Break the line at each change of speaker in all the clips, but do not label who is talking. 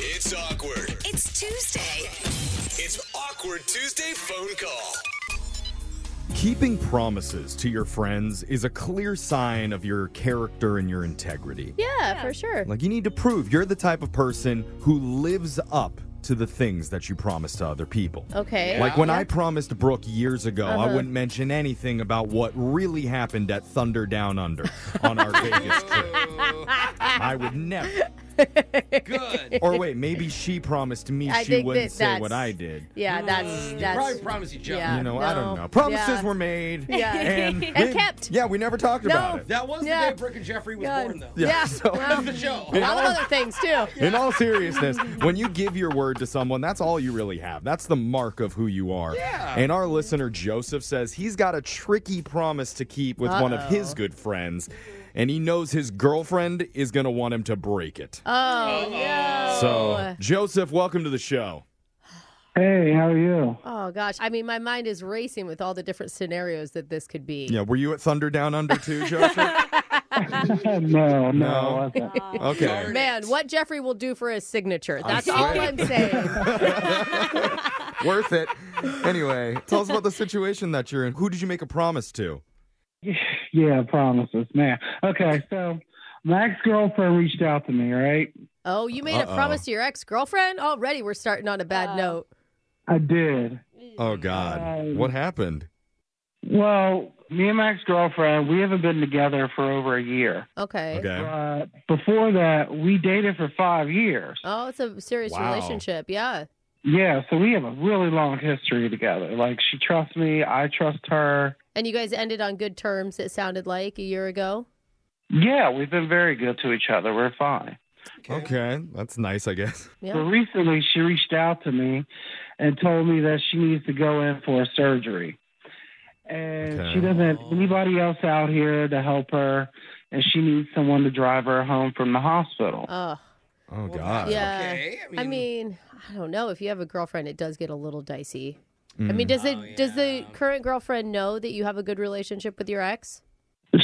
It's awkward.
It's Tuesday.
It's awkward Tuesday phone call.
Keeping promises to your friends is a clear sign of your character and your integrity.
Yeah, for sure.
Like, you need to prove you're the type of person who lives up to the things that you promise to other people.
Okay. Uh-huh.
Like, when I promised Brooke years ago, I wouldn't mention anything about what really happened at Thunder Down Under on our Vegas trip. I would never.
Good.
Or wait, maybe she promised me
I
she
think
wouldn't
that
say
that's-
what I did.
Yeah, that's
Probably
that's.
promise each other.
Yeah.
You know, I don't
Uh, no.
know. Promises
Yeah.
were made.
Yeah.
And,
And kept.
Yeah, we never talked
No.
about it.
That was
Yeah.
the day Brooke and Jeffrey was
God.
born, though.
Yeah,
Yeah.
so-
well,
The show.
a lot of other things too.
In all seriousness, when you give your word to someone, that's all you really have. That's the mark of who you are.
Yeah.
And our listener Joseph says he's got a tricky promise to keep with one of
Uh-oh.
his good friends, and he knows his girlfriend is going to want him to break it.
Oh no.
So, Joseph, welcome to the show.
Hey, how are you?
Oh gosh. I mean, my mind is racing with all the different scenarios that this could be.
Yeah, were you at Thunder Down Under too, Joseph?
no, no.
No.
I wasn't.
Okay.
Man, what Jeffrey will do for his signature.
I
That's all
swear.
I'm saying.
Worth it. Anyway, tell us about the situation that you're in. Who did you make a promise to?
Yeah, promises, man. Okay, so my ex girlfriend reached out to me, right?
Oh, you made
Uh-oh.
a promise to your ex girlfriend? Already we're starting on a bad note.
I did.
Oh, God.
Um,
What happened?
Well, me and my ex girlfriend, we haven't been together for over a year.
Okay.
Okay.
But before that, we dated for five years.
Oh, it's a serious
Wow.
relationship. Yeah.
Yeah, so we have a really long history together. Like, she trusts me, I trust her.
And you guys ended on good terms, it sounded like a year ago.
Yeah, we've been very good to each other. We're fine.
Okay. That's nice, I guess.
So
Yeah.
recently, she reached out to me and told me that she needs to go in for a surgery. And
Okay.
she doesn't have anybody else out here to help her, and she needs someone to drive her home from the hospital.
Oh.
Oh
Well,
God!
that's
Yeah.
Okay. I mean,
I mean, I don't know. If you have a girlfriend, it does get a little dicey. I
Mm.
mean, does it
Oh,
does the
yeah.
current girlfriend know that you have a good relationship with your ex?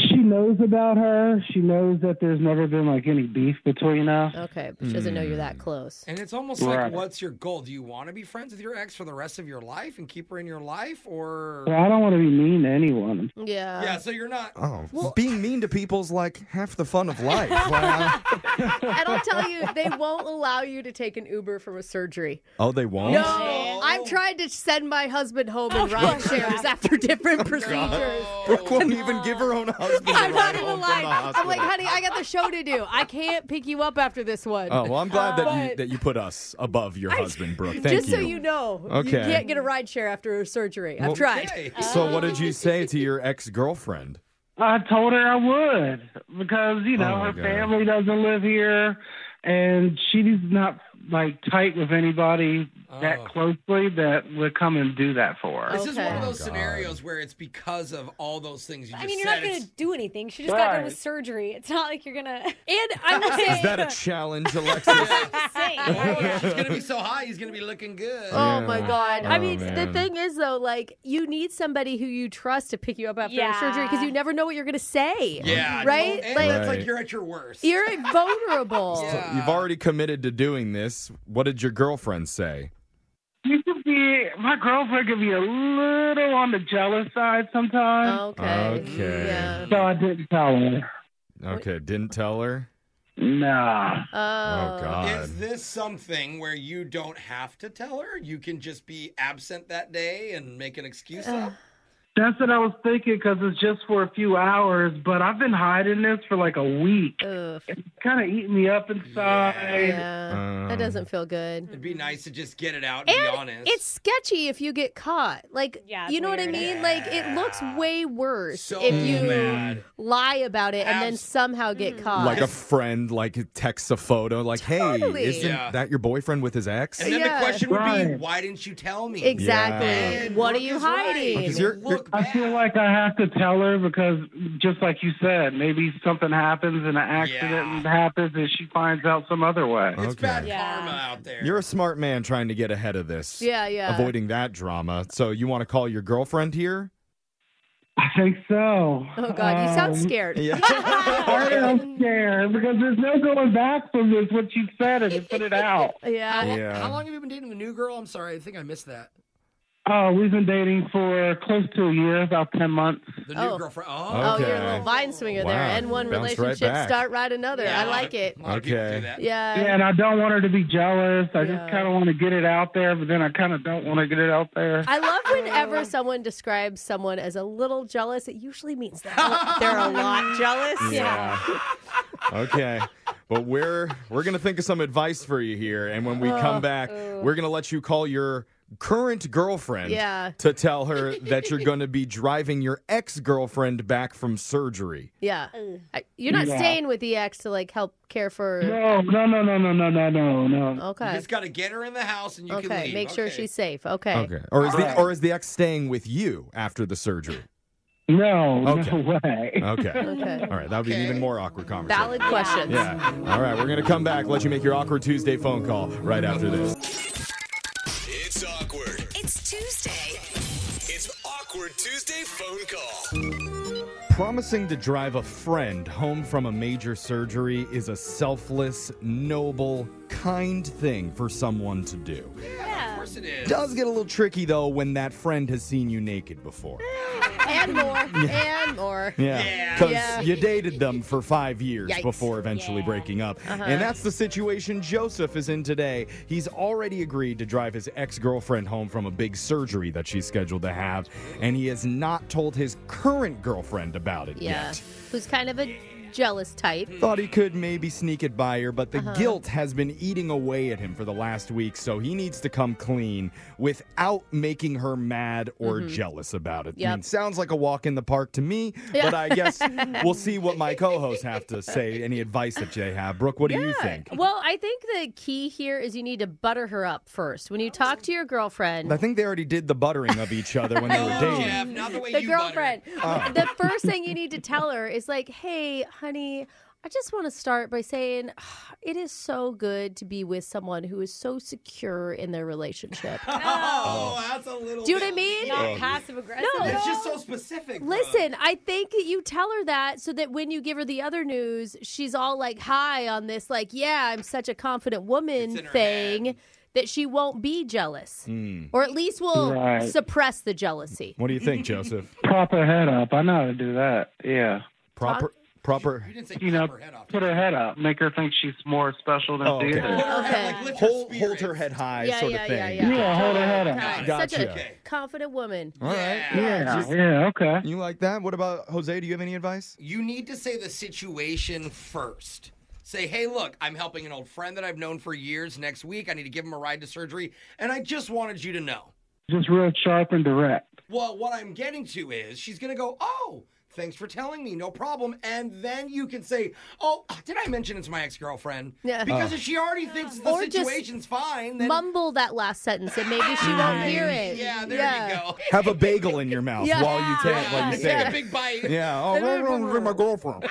She knows about her. She knows that there's never been like any beef between us.
Okay, but she doesn't know you're
Mm.
that close.
and it's almost
Right.
like, what's your goal? Do you want to be friends with your ex for the rest of your life and keep her in your life, or
But I don't want to be mean to anyone.
Yeah.
yeah? So you're not.
oh, being mean to people's like half the fun of life. Wow.
And I'll tell you, they won't allow you to take an Uber from a surgery.
oh, they won't.
No,
Oh.
I've tried to send my husband home in ride shares after different procedures.
Brooke won't even give her own husband. a
I'm
ride home
not even
from the
lying. I'm like,
hospital.
honey, I got the show to do. I can't pick you up after this one.
Oh well, I'm glad that you
But-
that you put us above your husband, Brooke. Thank
Just so you know, you
Okay.
can't get a ride share after a surgery. I've
Well,
tried.
Okay.
So what did you say to your ex girlfriend?
I told her I would because you know
Oh, my
her
God.
family doesn't live here, and she's not like tight with anybody
Oh.
that closely that would come and do that for her.
This is one
Okay.
of those
Oh, God.
scenarios where it's because of all those things you just
I mean, you're
said.
not going
it's-
to do anything. She just got done with
Right.
surgery. It's not like you're going to.
And I will say,
Is that a challenge, Alexis?
Oh, she's gonna be so high. He's gonna be looking good.
Oh
Yeah.
my god!
Oh,
I mean, the
man.
thing is though, like you need somebody who you trust to pick you up after a
Yeah.
surgery because you never know what you're gonna say.
yeah.
Right?
And
Like-
it's
Right.
like you're at your worst.
You're vulnerable.
Yeah.
You've already committed to doing this. What did your girlfriend say?
She could be my girlfriend could be a little on the jealous side sometimes.
Oh. Okay.
Okay.
Yeah.
So I didn't tell her.
Okay, didn't tell her.
Nah.
Oh.
oh God.
Is this something where you don't have to tell her? You can just be absent that day and make an excuse up?
That's what I was thinking because it's just for a few hours, but I've been hiding this for like a week.
Ugh.
Kind of eating me up inside.
Yeah.
Um,
That doesn't feel good.
It'd be nice to just get it out and, be
And
honest.
it's sketchy if you get caught. Like,
Yeah, it's
you know what I
weird.
mean? Like, it looks way worse
So
if you
bad.
lie about it and then
Abs-
somehow get caught.
like a friend like texts a photo like
Totally.
hey isn't
Yeah.
that your boyfriend with his ex
and then
Yeah.
the question would be,
Right.
why didn't you tell me?
exactly.
Yeah.
And
What are
Brooke
you
is right.
hiding?
Because you're-
Look
I
bad.
feel like I have to tell her because, just like you said, maybe something happens and an accident
Yeah.
happens and she finds out some other way.
it's
Okay.
bad
Yeah.
karma out there.
you're a smart man trying to get ahead of this
yeah, yeah.
avoiding that drama so you want to call your girlfriend here
I think so.
Oh God, you sound
Um,
scared.
I am scared because there's no going back from this. What you said and you put it out.
Yeah.
Yeah.
How long have you been dating the new girl? I'm sorry, I think I missed that.
Oh, we've been dating for close to a year, about ten months.
The new
Oh.
girlfriend.
Oh,
Oh,
you're a
Okay.
little vine swinger there.
Wow.
End one
Bounced right
relationship,
back.
start right another. I like it.
A lot of people
Okay.
do that.
Yeah.
Yeah, and I don't want her to be jealous. I
Yeah.
just kind of want to get it out there, but then I kind of don't want to get it out there.
I love
Um,
whenever someone describes someone as a little jealous, it usually means they're a- they're a lot jealous.
Yeah. okay. But we're we're gonna think of some advice for you here, and when we
Oh,
come back, we're gonna let you call your current girlfriend
Yeah.
to tell her that you're gonna be driving your ex girlfriend back from surgery.
Yeah.
Uh.
I- You're not
Yeah.
staying with EX to like help care for.
No, no, no, no, no, no, no, no, no.
You
Okay.
just got to get her in the house and you can
Okay.
leave.
Make sure
Okay.
she's safe. Okay.
Or is the
Alright.
or is the ex staying with you after the surgery?
No,
Okay.
no way.
Okay.
Okay.
All right, that would be an even more awkward conversation.
Valid questions.
Yeah. All right, we're gonna come back, let you make your awkward Tuesday phone call right after this.
It's awkward.
It's Tuesday.
It's awkward Tuesday phone call.
Promising to drive a friend home from a major surgery is a selfless, noble, kind thing for someone to do.
Of course it is.
Does get a little tricky though when that friend has seen you naked before.
And more. And more.
Yeah. Because
Yeah.
you dated them for five years
Yikes. Uh-huh.
before eventually
Yeah.
breaking up. And that's the situation Joseph is in today. He's already agreed to drive his ex girlfriend home from a big surgery that she's scheduled to have, and he has not told his current girlfriend about it
Yeah.
yet.
Who's kind of a jealous type.
Thought he could maybe sneak it by her, but the
Uh-huh.
guilt has been eating away at him for the last week, so he needs to come clean without making her mad or jealous about it. I
Mm-hmm. Yep.
mean, sounds like a walk in the park to me,
Yeah.
but I guess we'll see what my co hosts have to say, any advice that they have. Brooke, what do you think?
Well, I think the key here is you need to butter her up first. When you talk to your girlfriend,
I think they already did the buttering of each other when they were
No,
dating.
Jeff, not the way
the
you
girlfriend.
butter. Oh.
The first thing you need to tell her is like, "Hey, honey, I just want to start by saying "Ah, it is so good to be with someone who is so secure in their relationship."
Oh, that's a little.
Do you know
bit
what I mean?
Not passive aggressive.
No.
at
It's
all.
just so specific. bro.
Listen, I think that you tell her that so that when you give her the other news, she's all like high on this, like, yeah, I'm such a confident woman
It's in her
thing
head.
that she won't be jealous. Or at least will
Right.
suppress the jealousy.
What do you think, Joseph?
Prop her head up. I know how to do that. Yeah.
Proper. Proper.
You didn't say
You know,
pop her head off.
put her head up. Make her think she's more special than
Oh,
she
okay.
is.
Hold her head,
Okay.
like, lift
Hold,
her
hold her
spirits.
head high,
yeah,
sort
yeah,
of thing.
yeah, yeah,
Yeah, hold her head up.
Right.
Gotcha.
Such a
Okay.
confident woman.
All right.
Yeah.
Yeah,
just-
yeah, okay.
You like that? What about Jose? Do you have any advice?
You need to say the situation first. Say, hey, look, I'm helping an old friend that I've known for years next week. I need to give him a ride to surgery. And I just wanted you to know.
Just real sharp and direct.
Well, what I'm getting to is she's going to go, oh, thanks for telling me, no problem. And then you can say, oh, did I mention it's my ex girlfriend?
Yeah.
Because if she already thinks the
Or just
situation's fine, then.
Mumble that last sentence and maybe she won't hear it.
Yeah, there you go.
Have a bagel in your mouth
Yeah.
while you take while you
Take
say
a
it.
big bite.
Yeah. Oh, my girlfriend.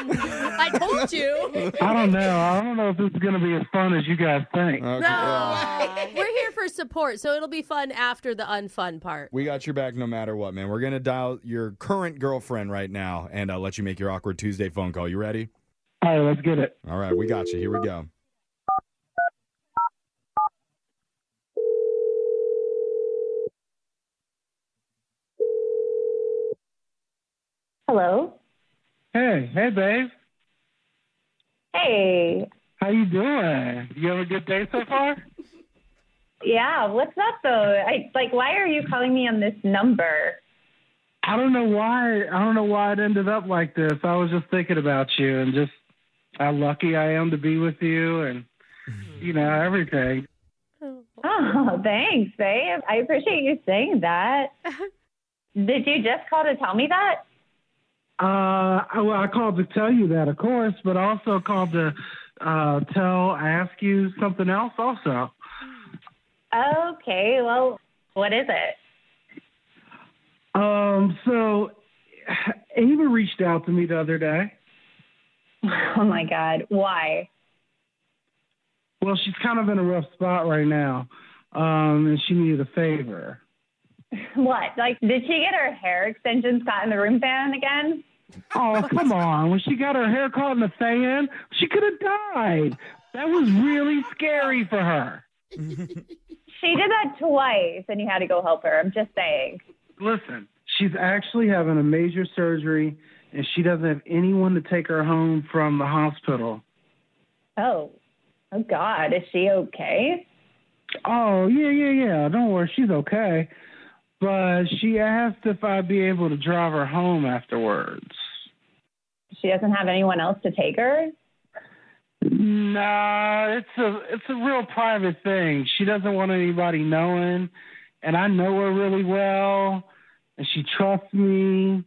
I told you.
I don't know. I don't know if this is going to be as fun as you guys think.
Okay.
No. We're here for support, so it'll be fun after the unfun part.
We got your back no matter what, man. We're gonna dial your current girlfriend right now and uh, let you make your awkward Tuesday phone call. You ready?
All right, let's get it.
All right, we got you. Here we go.
Hello.
Hey, hey, babe.
Hey.
How you doing? You have a good day so far?
Yeah, what's up though? I like why are you calling me on this number?
I don't know why. I don't know why it ended up like this. I was just thinking about you and just how lucky I am to be with you and you know everything.
Oh, thanks, babe. I appreciate you saying that. Did you just call to tell me that?
Uh, I, well, I called to tell you that, of course, but I also called to uh, tell, ask you something else, also.
Okay, well, what is it?
Um, so Ava reached out to me the other day.
Oh my god, why?
Well, she's kind of in a rough spot right now, um, and she needed a favor.
What? Like, did she get her hair extensions caught in the room fan again?
Oh, come on. When she got her hair caught in the fan, she could have died. That was really scary for her.
She did that twice, and you had to go help her. I'm just saying.
Listen, she's actually having a major surgery, and she doesn't have anyone to take her home from the hospital.
Oh, oh God, is she okay?
Oh, yeah, yeah, yeah. Don't worry, she's okay. But she asked if I'd be able to drive her home afterwards.
She doesn't have anyone else to take her.
Nah, it's a it's a real private thing. She doesn't want anybody knowing, and I know her really well, and she trusts me.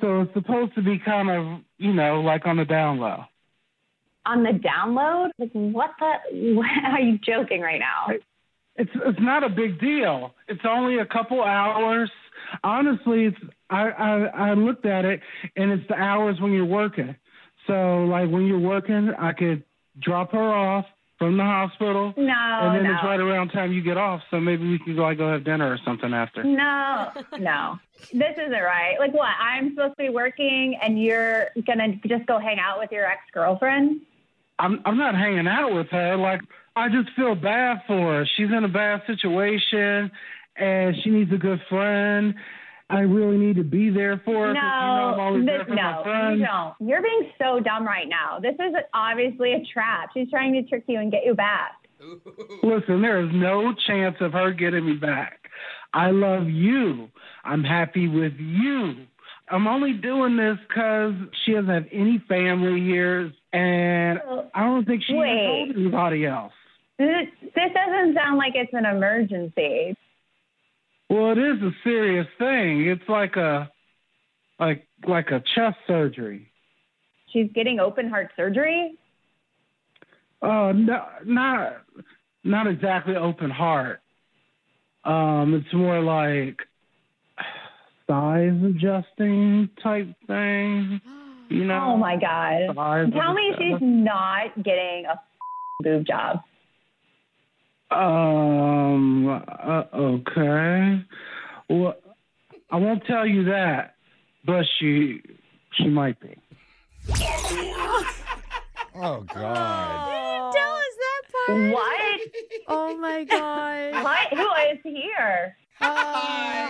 So it's supposed to be kind of you know like on the down low.
On the download? Like, what the? What, are you joking right now?
It's it's not a big deal. It's only a couple hours. Honestly, it's I I, I looked at it, and it's the hours when you're working. So like when you're working, I could drop her off from the hospital.
No,
And then
no,
it's right around time you get off, so maybe we can go like go have dinner or something after.
no, no. This isn't right. Like, what? I'm supposed to be working, and you're gonna just go hang out with your ex girlfriend?
I'm I'm not hanging out with her. Like I just feel bad for her. She's in a bad situation, and she needs a good friend. I really need to be there for her. 'cause you know I'm
No,
always there
this,
for my
no, you
friends.
don't. You're being so dumb right now. This is obviously a trap. She's trying to trick you and get you back.
Listen, there is no chance of her getting me back. I love you. I'm happy with you. I'm only doing this 'cause she doesn't have any family here, and I don't think she even
Wait.
told anybody else.
This, this doesn't sound like it's an emergency.
Well, it is a serious thing. It's like a, like like a chest surgery.
She's getting open heart surgery.
Uh, no, not not exactly open heart. Um, it's more like size adjusting type thing. You know.
Oh my god!
Size
Tell me she's
adjustment.
not getting a boob job.
Um. Uh, okay. Well, I won't tell you that, but she she might be.
Oh, God.
Tell us that part.
What?
Oh my god.
what? Who is here?
Um,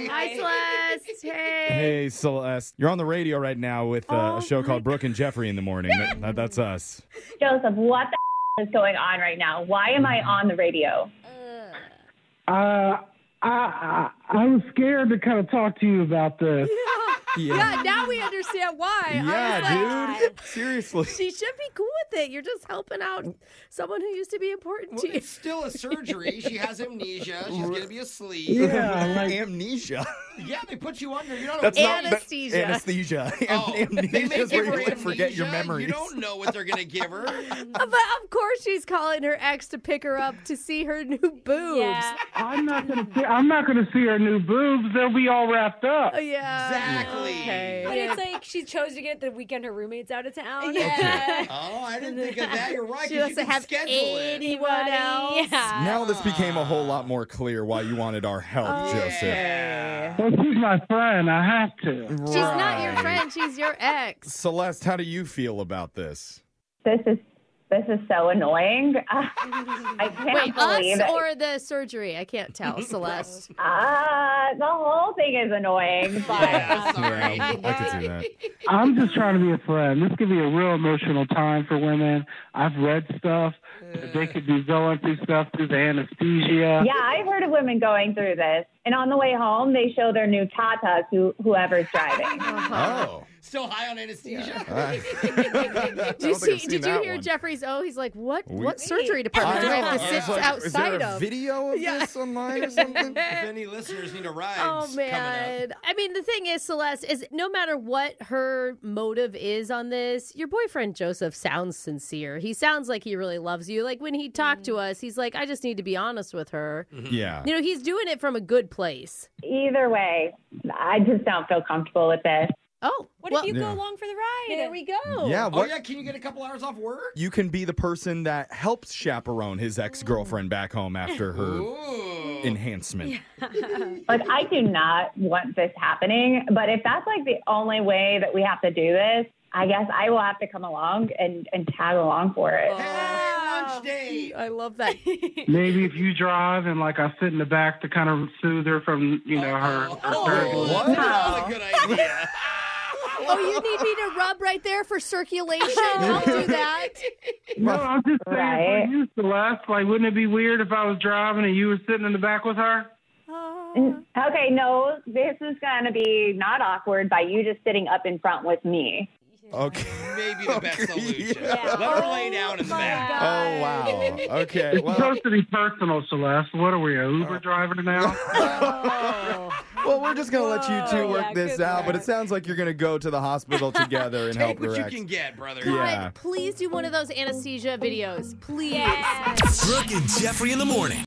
hi, Celeste. Hey.
Hey, Celeste. You're on the radio right now with uh,
Oh,
a show
my
called Brooke and Jeffrey in the Morning. That- that- that's us.
Joseph, what the is going on right now? Why am I on the radio?
Uh, I, I I was scared to kind of talk to you about this.
Yeah, now we understand why. I was
Yeah,
like,
dude. Seriously.
She should be cool with it. You're just helping out someone who used to be important
Well,
to you.
it's still a surgery. She has amnesia. She's going to be asleep.
Yeah, amnesia.
Yeah, they put you under. You're not
That's
awake.
not that-
Anesthesia.
anesthesia.
Oh, they may
amnesia is
give
where you
her
like, forget your
amnesia.
memories.
You don't know what they're going to give her.
Uh, But of course, she's calling her ex to pick her up to see her new boobs.
yeah.
I'm not gonna see, I'm not gonna see her new boobs. They'll be all wrapped up.
Oh, yeah.
Exactly.
Okay.
But it's like she chose to get the weekend her roommate's out of town.
Yeah.
Oh, I didn't think of that. You're
She
right. 'cause you
doesn't
can
have
schedule it.
anyone else.
Yeah.
Now this became a whole lot more clear why you wanted our help, Joseph.
Oh, Yeah.
Well, she's my friend. I have to.
She's not your friend. She's your ex.
Celeste, how do you feel about this?
This is this is so annoying. I can't
Wait,
believe
us
it.
or the surgery? I can't tell, Celeste.
Ah, the whole thing is annoying. But
Yeah, sorry.
Yeah, I can see that.
I'm just trying to be a friend. This could be a real emotional time for women. I've read stuff. that They could be going through stuff through the anesthesia.
yeah, I've heard of women going through this, and on the way home, they show their new Tata to whoever's driving.
Oh.
Still high on anesthesia.
Did you, see, did you hear Jeffrey's? Oh, he's like, what?
We-
what surgery
I
department do I have to
know.
sit
It's like, is there
outside
a
of?
video of
Yeah.
this online or something?
if any listeners need a ride,
Oh
it's coming up.
man! I mean, the thing is, Celeste is no matter what her motive is on this, your boyfriend Joseph sounds sincere. He sounds like he really loves you. Like when he talked to
Mm.
us, he's like, "I just need to be honest with her."
yeah.
You know, he's doing it from a good place.
Either way, I just don't feel comfortable with this.
Oh,
What
well,
if you
Yeah.
go along for the ride?
There we go.
Yeah,
Oh
what?
yeah, can you get a couple hours off work?
You can be the person that helps chaperone his ex girlfriend back home after her
Ooh.
enhancement.
Like, I do not want this happening, but if that's like the only way that we have to do this, I guess I will have to come along and, and tag along for it.
Hey, lunch date.
I love that.
Maybe if you drive and like I sit in the back to kind of soothe her from you know her. her
Oh.
surgery.
what? That's a good idea.
Oh, you need me to rub right there for circulation? I'll do that.
No, I'm just saying
Right.
for you, Celeste. Like, wouldn't it be weird if I was driving and you were sitting in the back with her?
Okay, no, this is going to be not awkward by you just sitting up in front with me.
Okay.
Maybe the best
Okay,
solution.
yeah.
Let her lay down in the back.
Oh, wow. Okay.
It's
Well,
supposed to be personal, Celeste. What are we, a Uber driver now?
well, we're just going to let you two
Whoa,
work
Oh, yeah,
this
good
out, but
work.
it sounds like you're going to go to the hospital together and
Take
help
what
her
you
ex.
can get, brother.
Yeah.
Please do one of those anesthesia videos. Please.
Brooke and Jeffrey in the morning.